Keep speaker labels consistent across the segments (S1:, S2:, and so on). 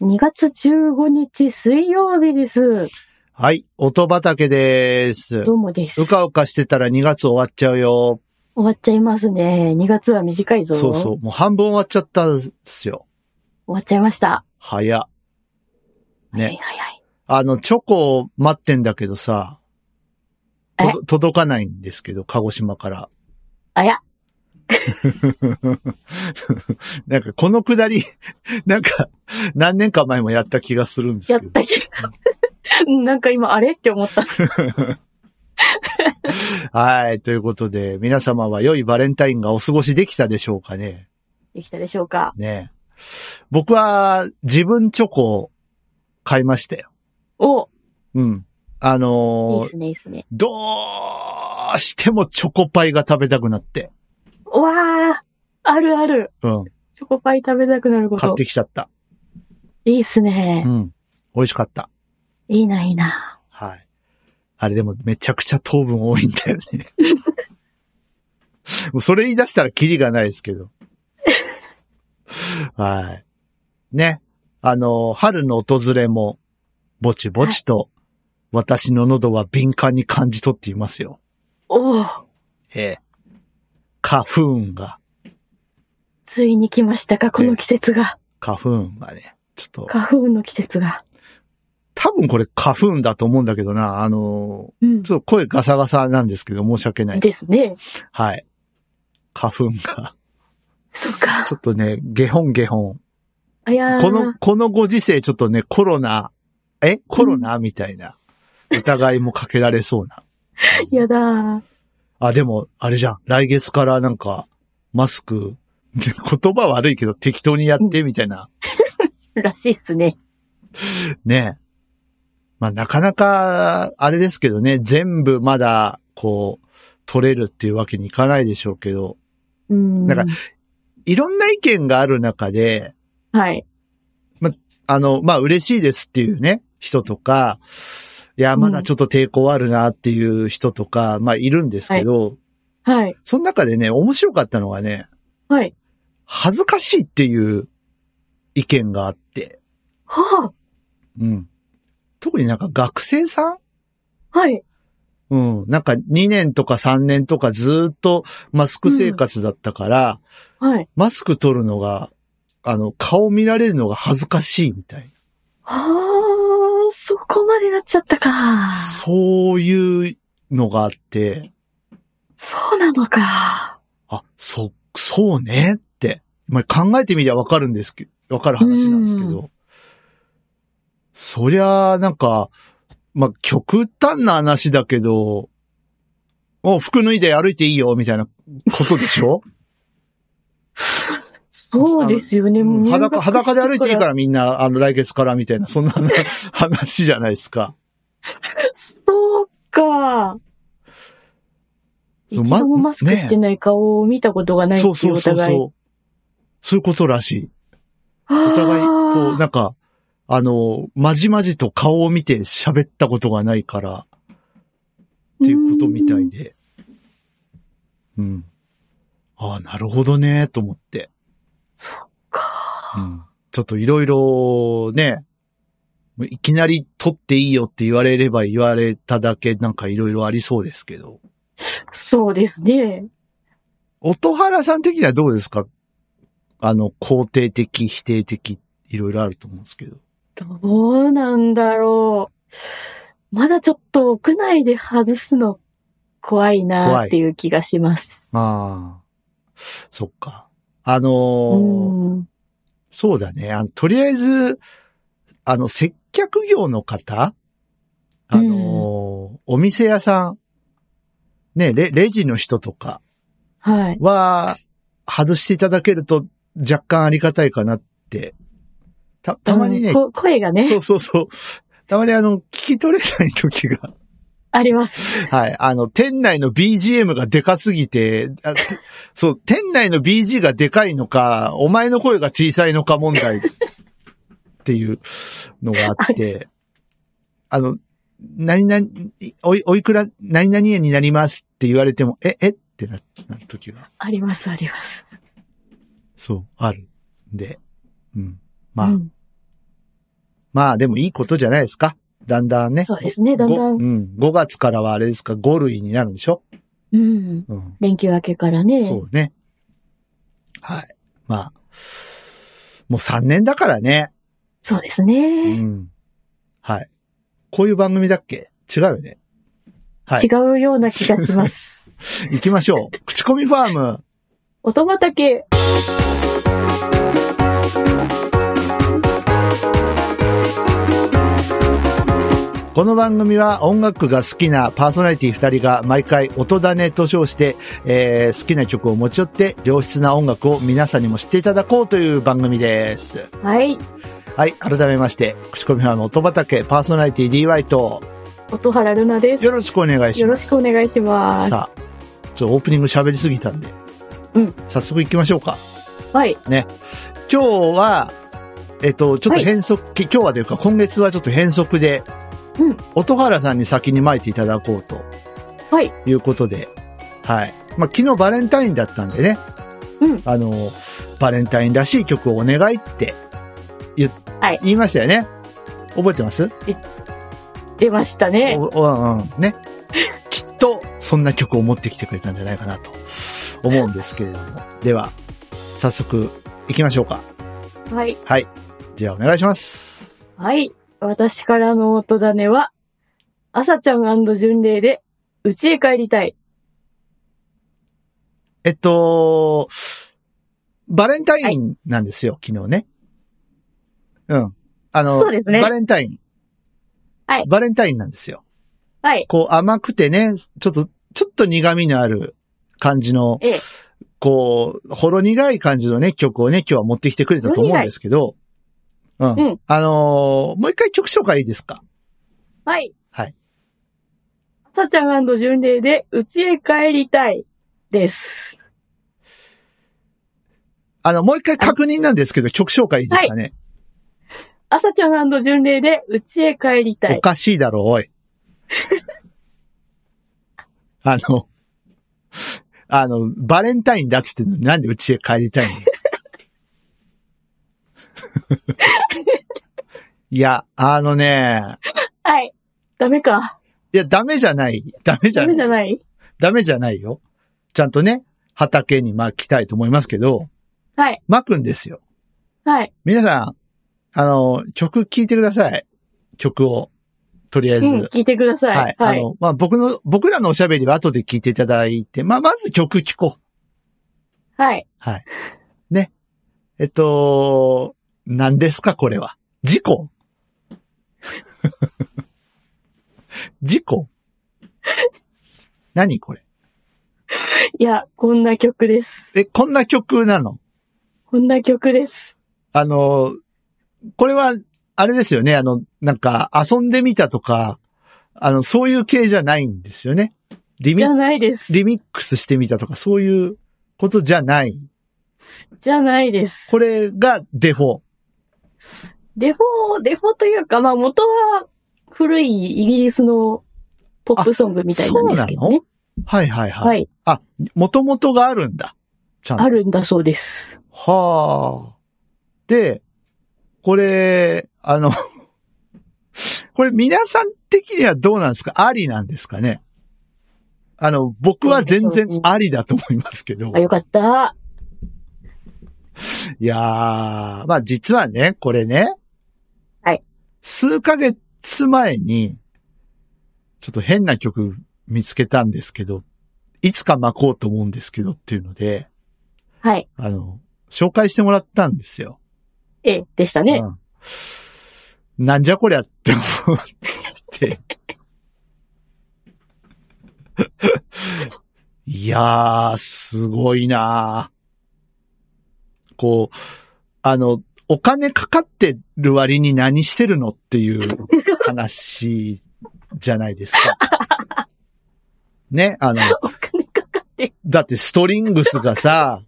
S1: 2月15日水曜日です。
S2: はい、音畑です。
S1: どうもです。
S2: う
S1: 終
S2: かうかしてたら2月終わっちゃうよ。
S1: わっちゃいますね。2月は短いぞ。。
S2: そうそうう、もう半分終わっちゃったんすよ。
S1: 終わっちゃいました。
S2: 早っ。ね
S1: はいはいはい。
S2: あの、チョコを待ってんだけどさ、とど届かないんですけど、鹿児島から。
S1: あや、
S2: なんか、このくだり、 なんか、何年か前もやった気がするんです
S1: やっ
S2: けど。
S1: たけど。 なんか今、あれって思った。
S2: はい、ということで、皆様は良いバレンタインがお過ごしできたでしょうかね。
S1: できたでしょうか。
S2: ね僕は、自分チョコを買いましたよ。
S1: お、
S2: うん。あ
S1: いい
S2: の
S1: で
S2: ー
S1: すね、いいですね。
S2: どうしてもチョコパイが食べたくなって、
S1: うわー、あるある。
S2: うん。
S1: チョコパイ食べたくなるこ
S2: 買っ
S1: と。
S2: てきちゃった。
S1: いいっす
S2: う
S1: ね。
S2: ん。美味しかった。
S1: いいな、いいな。
S2: はい。あれでもめちゃくちゃ糖分多いんだよね。もうそれ言い出したらキリがないですけど。はい。ね。あのー、春の訪れも、ぼちぼちと、私の喉は敏感に感じ取っていますよ。
S1: おー、
S2: ええ。花粉が。
S1: ついに来ましたか、この季節が。
S2: 花粉がね、ちょっと、
S1: 花粉の季節が。
S2: 多分これ花粉だと思うんだけどな、あの
S1: うん
S2: ー、。ちょっと声ガサガサなんですけど、申し訳ない。
S1: ですね。
S2: はい。花粉が、
S1: そっか。
S2: ちょっとね、下本下本。
S1: あやー。
S2: この、このご時世ちょっとね、コロナ、えコロナ、みたいな疑いもかけられそ うな。
S1: やだー。
S2: あ、でも、あれじゃん。来月からなんか、マスク、 言葉悪いけど適当にやってみたいな。
S1: らしいっすね。
S2: ねえ。まあなかなか、あれですけどね、全部まだ、こう、取れるっていうわけにいかないでしょうけど、
S1: うん。
S2: なんいろんな意見がある中で、
S1: はい。
S2: あの、まあ嬉しいですっていうね、人とか、いや、まだちょっと抵抗あるなっていう人とか、まあいるんですけど、
S1: はい。
S2: その中でね、面白かったのがね、
S1: はい。
S2: 恥ずかしいっていう意見があって、
S1: は
S2: うん。特になんか学生さん
S1: あ、はい。
S2: うん。なんか2年とか3年とかずーっとマスク生活だったから、
S1: はい。
S2: マスク取るのが、あの、顔見られるのが恥ずかしいみたい
S1: はあ、そこまでなっちゃったか
S2: な。。そういうのがあって、
S1: そうなのか。
S2: あ、そ、そうねって。まあ、考えてみりゃわかるんですけど、わかる話なんですけど。そりゃあ、なんか、まあ、極端な話だけど、お、服脱いで歩いていいよ、みたいなことでしょ
S1: そうですよね。もう入学
S2: 裸、裸で歩いていい
S1: して
S2: からみんな、あの、来月からみたいな、そ んな話じゃないですか。
S1: ら。そうか。
S2: そ
S1: 一
S2: うま
S1: 度もマスクしてない顔を見たことがないって
S2: そ
S1: いう
S2: そうう
S1: お
S2: そう
S1: 互い。
S2: そう。そういうことらしい。
S1: お
S2: お互い、こう、なんか、あの、まじまじと顔を見て喋ったことがないから、っていうことみたいで。うん。ああ、なるほどね、と思って。
S1: そっか。
S2: うん。ちょっといろいろ、ね、もういきなり取っていいよって言われれば言われただけ、なんかいろいろありそうですけど。
S1: そうですね。
S2: 音原さん的にはどうですかあの、肯定的、否定的、いろいろあると思うんですけど。
S1: どうなんだろう。まだちょっと屋内で外すの怖いなっていう気がします。
S2: ああ。そっか。あの
S1: う
S2: ー
S1: ん。
S2: そうだねあの。とりあえず、あの、接客業の方あのーお店屋さん、ね、レ、レジの人とか
S1: はい。
S2: は、外していただけると若干ありがたいかなって。た、たまにね
S1: うん、こ声がね、
S2: そうそうそう。たまにあの、聞き取れない時が
S1: あります。
S2: はい。あの、店内の BGM がでかすぎて、あて そう、店内の BG がでかいのか、お前の声が小さいのか問題っていうのがあって、あの、何々、いおい、おいくら、何々円になりますって言われても、え、えってな、なるときが、
S1: あります、あります。
S2: そう、あるんで、うん。まあ、
S1: うん
S2: まあでもいいことじゃないですか。だんだんね。
S1: そうですね、だんだ。
S2: ごうんん。5月からはあれですか、5類になるんでしょ
S1: うん。
S2: うん。
S1: 連休明けからね。
S2: そうね。はい。まあ。もう3年だからね。
S1: そうです
S2: う
S1: ね。
S2: ん。はい。こういう番組だっけ違うよね。はい。
S1: 違うような気がし ます。
S2: 行きましょう。口コミファーム。
S1: 音畑。
S2: この番組は音楽が好きなパーソナリティ2人が毎回音種と称して、えー好きな曲を持ち寄って良質な音楽を皆さんにも知っていただこうという番組です。
S1: はい。
S2: はい、改めまして、口コミファーム音畑パーソナリティ DY と
S1: 音原ルナです。
S2: よろしくお願いし
S1: よろ
S2: ま
S1: し
S2: す。
S1: くお願いします。
S2: さあ、ちょっとオープニング喋りすぎたんで、
S1: うん
S2: 早速行きましょうか。
S1: はい。
S2: 今日は、えっと、ちょっ
S1: は
S2: と
S1: い
S2: 変則、き今日はというか今月はちょっと変則で、
S1: うん
S2: 音原さんに先に巻いていただこうと。
S1: はい。
S2: ということで、はい。まあ、昨日バレンタインだったんでね、
S1: うん
S2: あの、バレンタインらしい曲をお願いって言,、
S1: はい
S2: 言いましたよね。覚えてます
S1: 出ましたね
S2: お。おうんうん、ね。きっと、そんな曲を持ってきてくれたんじゃないかなと思うんですけれども。では、早速、行きましょうか。
S1: はい。
S2: はい。じゃあ、お願いします。
S1: はい。私からの音種は、朝ちゃん巡礼で、うちへ帰りたい。
S2: えっと、バレンタインなんですよ、昨日ね。うん。あの、
S1: そうですね
S2: バレンタイン。
S1: はい
S2: バレンタインなんですよ。
S1: はい。
S2: こう甘くてね、ちょっと、ちょっと苦味のある感じの、
S1: ええ。
S2: こう、ほろ苦い感じのね、曲をね、今日は持ってきてくれたと思うんですけど、うん。
S1: うん
S2: あのーもう一回曲紹介いいですか
S1: はい。
S2: はい。
S1: 朝ちゃん巡礼で、うちへ帰りたい。です。
S2: あの、もう一回確認なんですけど、曲紹介いいですかね、
S1: 朝ちゃん巡礼で、うちへ帰りた
S2: お
S1: い。
S2: かしいだろ、おい。 あの、あの、バレンタインだっつってんのになんでうちへ帰りた いのいや、あのね、
S1: はい。ダメか。
S2: いや、ダメじゃない。ダメじゃ
S1: ダメ
S2: ない
S1: じ。ゃない。
S2: ダメじゃないよ。ちゃんとね、畑にまきたいと思いますけど、
S1: はい。
S2: まくんですよ。
S1: はい。
S2: 皆さん、あの、曲聴いてください。曲を。とりあえず。
S1: うん。聞いてくださ
S2: はい
S1: い。。
S2: あの、まあ、僕の、僕らのおしゃべりは後で聞いていただいて、まあ、まず曲聴こう。
S1: はい。
S2: はい。ね。えっと、何ですかこれは。事故 事故何これ
S1: いや、こんな曲です。
S2: え、こんな曲なの
S1: こんな曲です。
S2: あの、これは、あれですよね。あの、なんか、遊んでみたとか、あの、そういう系じゃないんですよね。リミ
S1: じゃないです。
S2: リミックスしてみたとか、そういうことじゃない。
S1: じゃないです。
S2: これがデフォ。
S1: デフォ、デフォというか、まあ元は古いイギリスのポップソングみたいなんですけどね。
S2: はいはいはい。
S1: はい。
S2: 元々があるんだ。ちゃんと。
S1: あるんだそうです。
S2: はあ。で、これ、あの、 これ皆さん的にはどうなんですかありなんですかねあの、僕は全
S1: どうでしょうね
S2: 然ありだと思いますけど。
S1: あ、よかった。
S2: いやー、まあ実はね、これね。
S1: はい。
S2: 数ヶ月前に、ちょっと変な曲見つけたんですけど、いつか巻こうと思うんですけどっていうので、
S1: はい。
S2: あの、紹介してもらったんですよ。
S1: ええ、でしたね。
S2: うん。なんじゃこりゃって思って。 いやー、すごいなーこう、あの、お金かかってる割に何してるのっていう 話じゃないですか。ね、あの、
S1: お金かかって。
S2: だってストリングスがさ、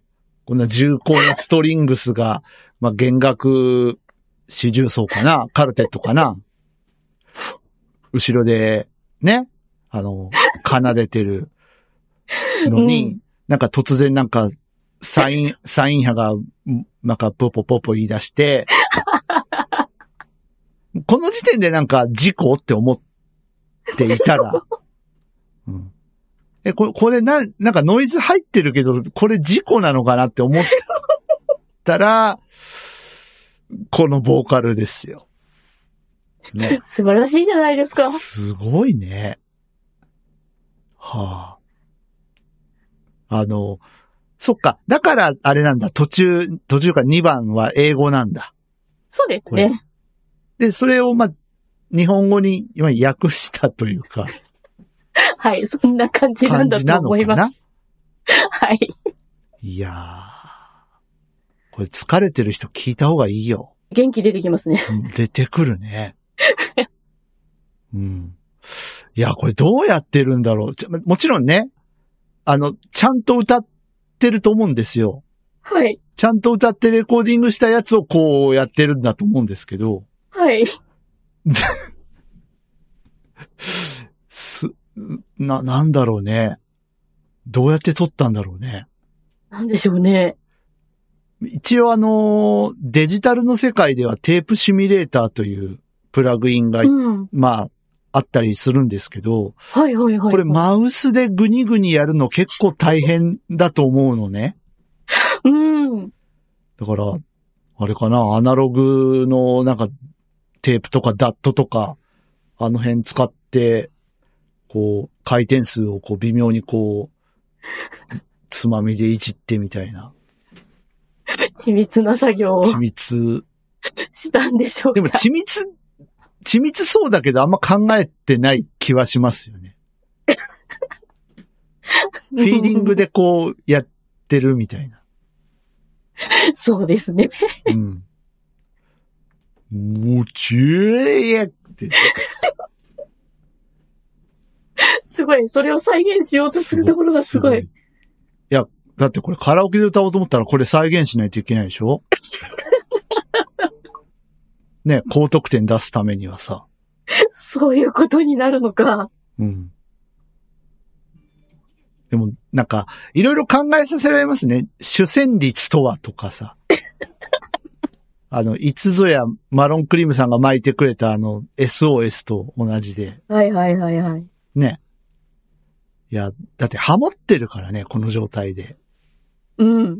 S2: こんな重厚なストリングスが、まあ、弦楽四重奏かなカルテットかな後ろで、ね、あの、奏でてるのに、
S1: う
S2: なんか突然なんか、サイン、サイン派が、んなんか、ポポポポ言い出して、この時点でなんか事故って思っていたら、うん、え、これ、これな、なんかノイズ入ってるけど、これ事故なのかなって思ったら、 このボーカルですよ。ね。
S1: 素晴らしいじゃないですか。
S2: すごいね。はあ。あの、そっか。だから、あれなんだ。途中、途中から2番は英語なんだ。
S1: そうです
S2: これ
S1: ね。
S2: で、それを、まあ、日本語に、まあ、訳したというか、
S1: はい、そんな感じなん
S2: 感
S1: だ
S2: じな
S1: と
S2: の
S1: 思い
S2: か
S1: ま
S2: な
S1: す。。はい。
S2: いやー。これ疲れてる人聞いた方がいいよ。
S1: 元気出てきますね。
S2: うん出てくるね。うん。いや、これどうやってるんだろう。ちょもちろんね、あの、ちゃんと歌ってると思うんですよ。
S1: はい。
S2: ちゃんと歌ってレコーディングしたやつをこうやってるんだと思うんですけど、
S1: はい。
S2: す、な、なんだろうね。どうやって撮ったんだろうね。
S1: なんでしょうね。
S2: 一応あの、デジタルの世界ではテープシミュレーターというプラグインが、
S1: うん。
S2: まあ、あったりするんですけど、
S1: はいはいはい。
S2: これ、マウスでグニグニやるの結構大変だと思うのね。
S1: うん。
S2: だから、あれかな、アナログのなんかテープとかダットとか、あの辺使って、こう、回転数をこう微妙にこう、つまみでいじってみたいな、
S1: 緻密な作業を
S2: 緻密。
S1: したんでしょう
S2: で
S1: か。
S2: も緻密、緻密そうだけどあんま考えてない気はしますよね。フィーリングでこうやってるみたいな。
S1: うん。そうですね。
S2: うん。もちえって。
S1: すごい。それを再現しようとするところがすごい。
S2: いや、だってこれカラオケで歌おうと思ったらこれ再現しないといけないでしょね、高得点出すためにはさ。
S1: そういうことになるのか。
S2: うん。でも、なんか、いろいろ考えさせられますね。主戦率とはとかさ。あの、いつぞやマロンクリームさんが巻いてくれたあの、SOS と同じで。
S1: はいはいはいはい。
S2: ね。いや、だってハモってるからね、この状態で。
S1: うん。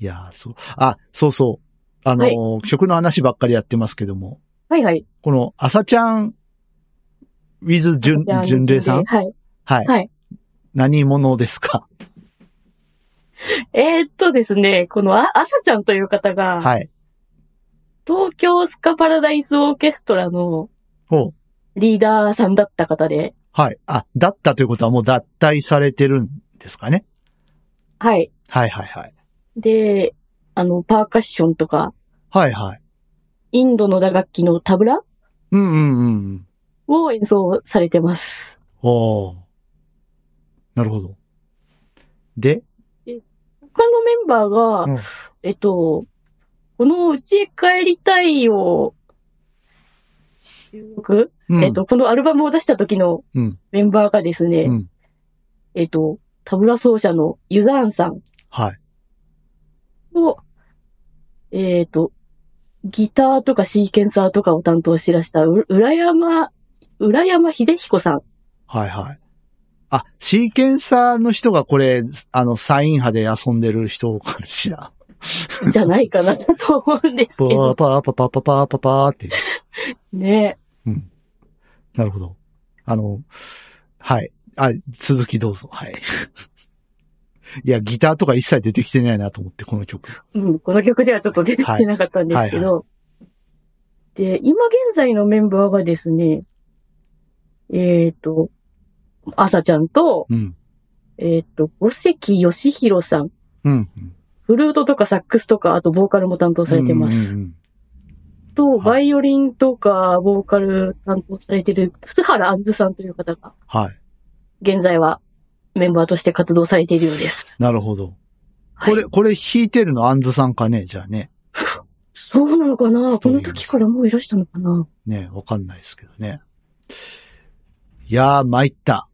S2: いや、そう。あ、そうそう。あのー、曲の話ばっかりやってますけども、
S1: はいはい。
S2: この、朝ちゃん、with 純
S1: じゃあ、
S2: 純礼さん
S1: はい。
S2: はい。
S1: はい
S2: 何者ですか
S1: えー、っとですね、このあ、あさちゃんという方が、
S2: はい。
S1: 東京スカパラダイスオーケストラの
S2: ほう。
S1: リーダーさんだった方で、
S2: はい。あ、だったということはもう脱退されてるんですかね。
S1: はい。
S2: はいはいはい。
S1: で、あの、パーカッションとか、
S2: はいはい。
S1: インドの打楽器のタブラ
S2: うんうんうんうん。
S1: を演奏されてます。
S2: おーなるほど。で、
S1: 他のメンバーが、
S2: うん
S1: えっと、このうちへ帰りたいを、収録
S2: うん
S1: えっ、と、このアルバムを出した時の
S2: うん
S1: メンバーがですね、
S2: うん
S1: えっと、タブラ奏者のユザーンさん
S2: はい。
S1: を、えっ、と、ギターとかシーケンサーとかを担当してらした、う浦山、浦山秀彦さん。
S2: はいはい。あ、シーケンサーの人がこれ、あの、サイン派で遊んでる人かしら。
S1: じゃないかなと思うんです
S2: パ
S1: け
S2: ー
S1: ど。
S2: パーパーパーパーパーパーパーって。
S1: ね
S2: うん。なるほど。あの、はい。あ、続きどうぞ。はい。 いや、ギターとか一切出てきてないなと思って、この曲。
S1: うん、この曲ではちょっと出てきてなかったんですけど。で、今現在のメンバーがですね、えっ、と、朝ちゃんと、
S2: うん。
S1: えっ、と、五関義弘さん。
S2: うん。うん
S1: フルートとかサックスとか、あとボーカルも担当されてます。
S2: うんうんうん
S1: と、
S2: い
S1: バイオリンとか、ボーカル担当されてる、須原杏ずさんという方が、
S2: はい。
S1: 現在はメンバーとして活動されているようです。
S2: なるほど。
S1: はい
S2: これ、これ弾いてるのアンズさんかねじゃあね。
S1: そうなのかな
S2: ス
S1: こ
S2: トーリ
S1: の
S2: ーです
S1: 時からもういらしたのかな
S2: ねわかんないですけどね。いやー、参った。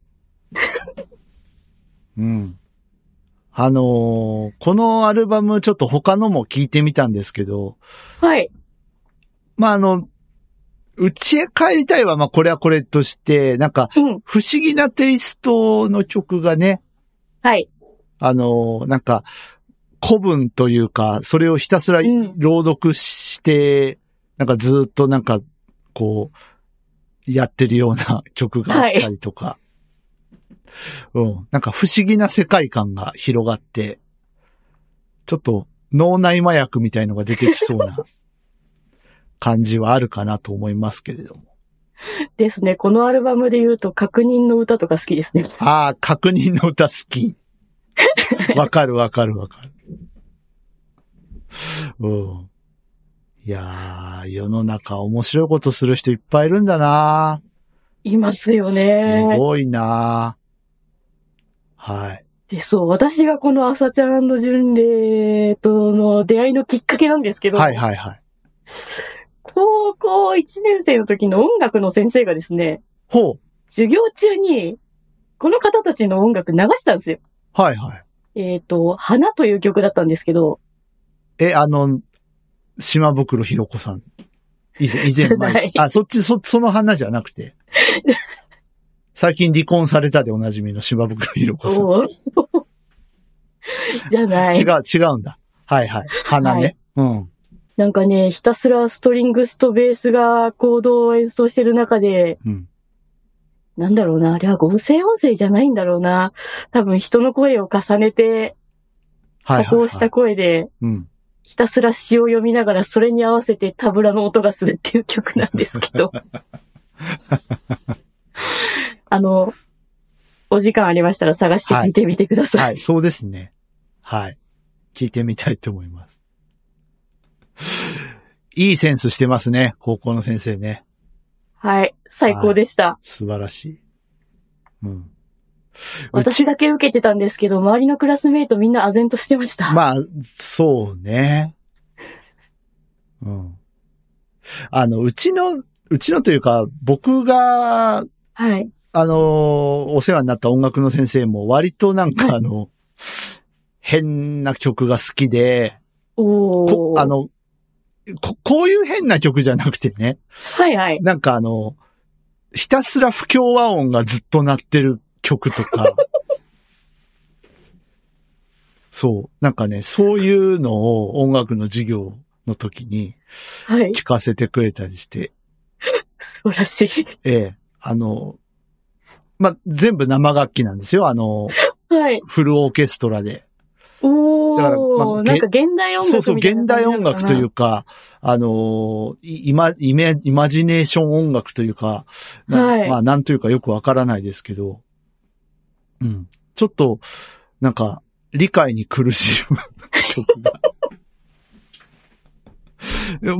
S2: うん。あのーこのアルバムちょっと他のも聞いてみたんですけど、
S1: はい。
S2: まあ、あの、うちへ帰りたいは、まあこれはこれとして、なんか、
S1: うん。
S2: 不思議なテイストの曲がね、
S1: はい。
S2: あの、なんか、古文というか、それをひたすら
S1: うん
S2: 朗読して、なんかずっとなんか、こう、やってるような 曲があったりとか。うん。なんか不思議な世界観が広がって、ちょっと脳内麻薬みたいのが出てきそうな感じはあるかなと思いますけれども。
S1: ですね。このアルバムで言うと、確認の歌とか好きですね。
S2: ああ、確認の歌好 き。わかるわかるわかる。うん。いやー、世の中面白いことする人いっぱいいるんだない
S1: ますよ
S2: す
S1: ね。
S2: ごいなはい。
S1: で、そう、私がこの朝ちゃんの巡礼との出会いのきっかけなんですけど、
S2: はいはいはい。
S1: 高校1年生の時の音楽の先生がですね、
S2: ほう。
S1: 授業中に、この方たちの音楽流したんですよ。
S2: はいはい。
S1: えっ、と、花という曲だったんですけど、
S2: え、あの、島袋ひろ子さん。以 前、以前
S1: じゃない
S2: 前。あ、そっち、そ、その話じゃなく て。最近離婚されたでおなじみの島袋ひろ子さん。
S1: おー じゃない。
S2: 違う、違うんだ。はいはい。花ね。うん。
S1: なんかね、ひたすらストリングスとベースがコードを演奏してる中で、
S2: うん。
S1: なんだろうな、あれは合成音声じゃないんだろうな。多分人の声を重ねて、
S2: はいはい、
S1: 加
S2: は
S1: 工
S2: い。
S1: した声で、
S2: うん。
S1: ひたすら詩を読みながら、それに合わせてタブラの音がするっていう曲なんですけ ど。あの、お時間ありましたら探して聞いてみてください。
S2: はい、そうですね。はい。聞いてみたいと思います。いいセンスしてますね。高校の先生ね。
S1: はい。最高でした。
S2: 素晴らしい。うん。
S1: 私だけ受けてたんですけど、周りのクラスメイトみんな唖然としてました。
S2: まあ、そうね。うん。あの、うちの、うちのというか、僕が
S1: はい。
S2: あのーお世話になった音楽の先生も割となんかあの、変な曲が好きで、こ
S1: おー。
S2: あ、のこ、こういう変な曲じゃなくてね、
S1: はいはい。
S2: なんかあの、ひたすら不協和音がずっと鳴ってる曲と か、そう、なんかね、そういうのを音楽の授業の時に
S1: はい。
S2: 聞かせてくれたりして、
S1: 素晴らしい。
S2: ええ、あの、まあ、全部生楽器なんですよ。あの、
S1: はい。
S2: フルオーケストラで。
S1: お
S2: だからまあ
S1: ー。
S2: げ
S1: なんか現代音楽みたいな感じなのかな。
S2: そうそう、現代音楽という
S1: う。
S2: か、あの、いイマ、イメ、イマジネーション音楽というか、な
S1: はい
S2: まあ、なんというかよくわからないですけど、うん。ちょっと、なんか、理解に苦しむ曲が。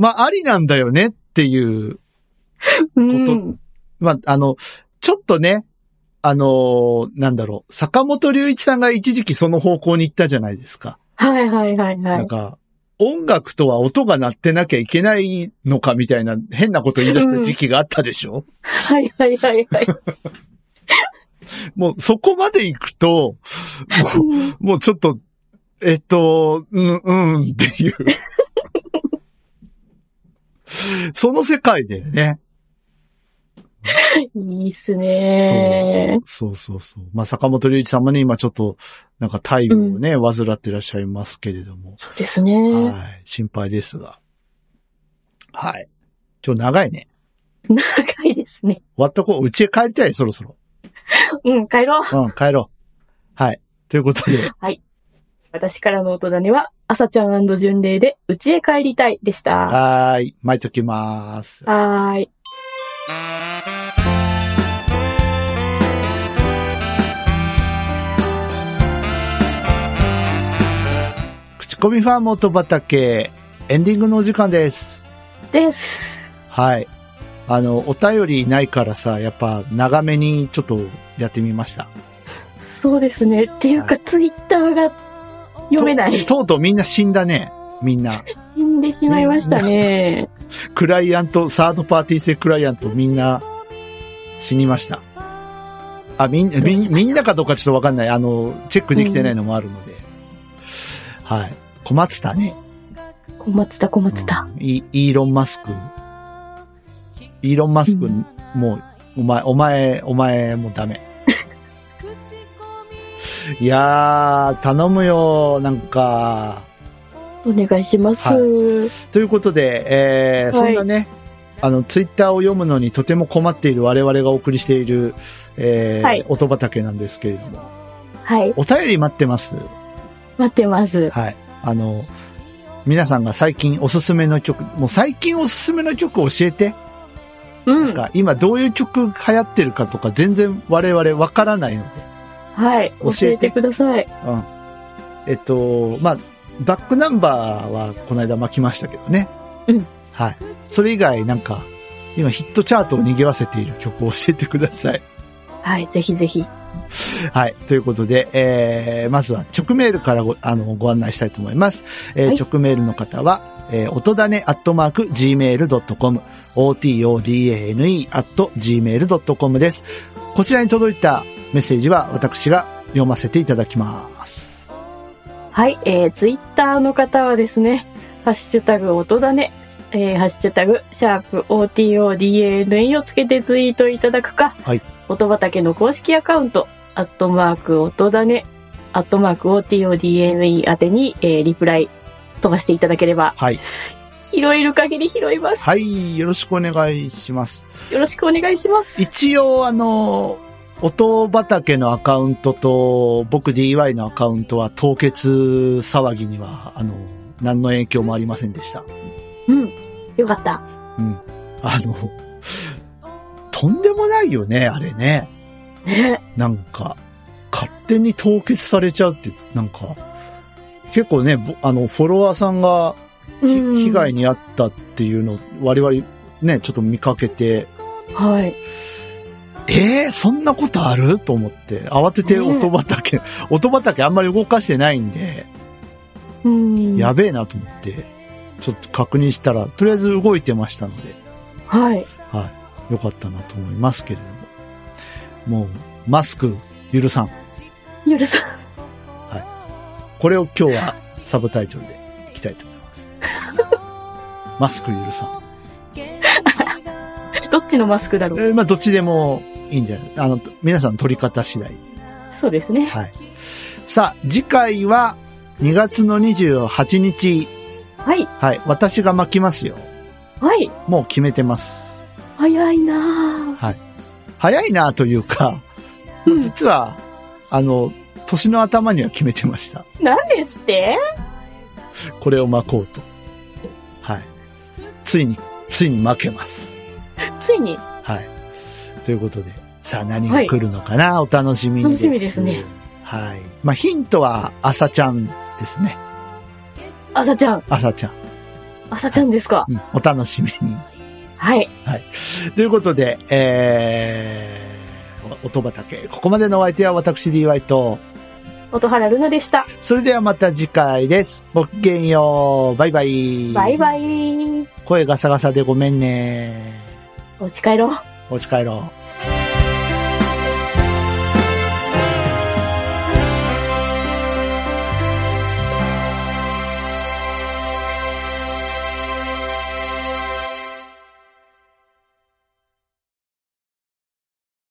S2: まあ、ありなんだよねっていう
S1: うん。
S2: まあ、あの、ちょっとね、あのーなんだろう、坂本隆一さんが一時期その方向に行ったじゃないですか。
S1: はいはいはいは
S2: ないん。か、音楽とは音が鳴ってなきゃいけないのかみたいな変なこと言い出した時期があったでしょ、
S1: はいはいはい はい。
S2: もうそこまで行くと、も
S1: うん
S2: うもうちょっと、えっと、うん、うんっていう。 その世界でね。
S1: いいっすね
S2: そうそうそう。まあ、坂本龍一さんもね、今ちょっと、なんか体病をね、患ってらっしゃいますけれども。
S1: そうですね。
S2: はい。心配ですが。はい。今日長いね。
S1: 長いですね。
S2: 終わった子、うちへ帰りたい、そろそろ。
S1: うん、帰ろう。
S2: うん、帰ろう。はい。というこ とで、
S1: 私からの音種は、朝ちゃん巡礼で、うちへ帰りたいでした。
S2: はーい。巻いときます。
S1: はーい。
S2: 口コミファーム音畑、エンディングのお時間です。
S1: です。
S2: はい。あの、お便りないからさ、やっぱ長めにちょっとやってみました。
S1: そうですね。っていう
S2: は
S1: か、ツイッターが読めない。
S2: とうとうみんな死んだね。みんな。
S1: 死んでしまいましたね。
S2: クライアント、サードパーティー製クライアントみんな死にました。あ、みん、
S1: どうし
S2: みん、
S1: ましょう
S2: みんなかどうかちょっとわかんない。あの、チェックできてないのもあるので。はい。小松田ね。
S1: 小松田、小松田。
S2: うんイイーロン・マスクイーロン・マスク、もう、お前、お前、お前、もうダメ。いやー、頼むよ、なんか。
S1: お願いします。
S2: はということで、えー、そんなね、あの、ツイッターを読むのにとても困っている我々がお送りしている、えー、
S1: はい
S2: 音畑なんですけれども、
S1: はい。
S2: お便り待ってます。
S1: 待ってます。
S2: はい。あの、皆さんが最近おすすめの曲、もう最近おすすめの曲教えて。
S1: う
S2: なん
S1: ん。
S2: か今どういう曲流行ってるかとか全然我々わからないので。
S1: はい。
S2: 教えて
S1: 教えてください。
S2: うん。えっと、まあ、バックナンバーはこの間巻きましたけどね。
S1: うん。
S2: はい。それ以外なんか、今ヒットチャートを賑わせている曲を教えてください。
S1: はい。ぜひぜひ。
S2: はい。ということで、えー、まずは直メールからご、あの、ご案内したいと思います。えー
S1: はい
S2: 直メールの方は、えー、音種アットマーク gmail.com、otodane アット gmail.com です。こちらに届いたメッセージは私が読ませていただきます。
S1: はい。えー、ツイッターの方はですね、ハッシュタグ音だね、えー、ハッシュタグ、シャープ OTODANE をつけてツイートいただくか、
S2: はい。
S1: 音畑の公式アカウント、アットマーク音だね、アットマーク OTODANE 宛てに、えー、リプライ飛ばしていただければ、
S2: はい。
S1: 拾える限り拾います。
S2: はい。よろしくお願いします。
S1: よろしくお願いします。
S2: 一応、あの、音畑のアカウントと、僕 DY のアカウントは凍結騒ぎには、あの、何の影響もありませんでした。
S1: うん。よかった。
S2: うん。あの、とんでもないよね、あれね。
S1: ね。
S2: なんか、勝手に凍結されちゃうって、なんか、結構ね、ぼあの、フォロワーさんがひ、
S1: うん
S2: 被害に遭ったっていうのを我々ね、ちょっと見かけて、
S1: はい。
S2: えー、そんなことあると思って、慌てて音畑、 音畑あんまり動かしてないんで、
S1: うん。
S2: やべえなと思って、ちょっと確認したら、とりあえず動いてましたので、
S1: はい。
S2: はい。よかったなと思いますけれども。もう、マスク、許さん。
S1: ゆるさん。
S2: これを今日はサブタイトルでいきたいと思います。 マスク、許さん。
S1: どっちのマスクだろう。
S2: えーまあ、どっちでもいいんじゃないあの、皆さんの取り方次第。
S1: そうですね。
S2: はい。さあ、次回は2月の28日。
S1: はい。
S2: はい。私が巻きますよ。
S1: はい。
S2: もう決めてます。
S1: 早いな
S2: 早いなというか、
S1: ぁ。うん。
S2: 実は、あの、年の頭には決めてました。
S1: 何ですって
S2: これを巻こうと。はい。ついに、ついに負けます。
S1: ついに。
S2: はい。ということで、さあ何が来るのかな、お楽しみにです。
S1: 楽しみですね。
S2: はい。まあ、ヒントは、朝ちゃんですね。
S1: あさちゃん。
S2: 朝ちゃん。
S1: あさちゃんですか。
S2: うん、お楽しみに。
S1: はい。
S2: ということで、えー、音畑、ここまでのお相手は私 DY と、
S1: 音原ルナでした。
S2: それではまた次回です。ごきげんよう。バイバイ。
S1: バイ
S2: イ。
S1: バイ。
S2: 声がサガサでごめんね。
S1: お家帰ろう。
S2: お家帰ろう。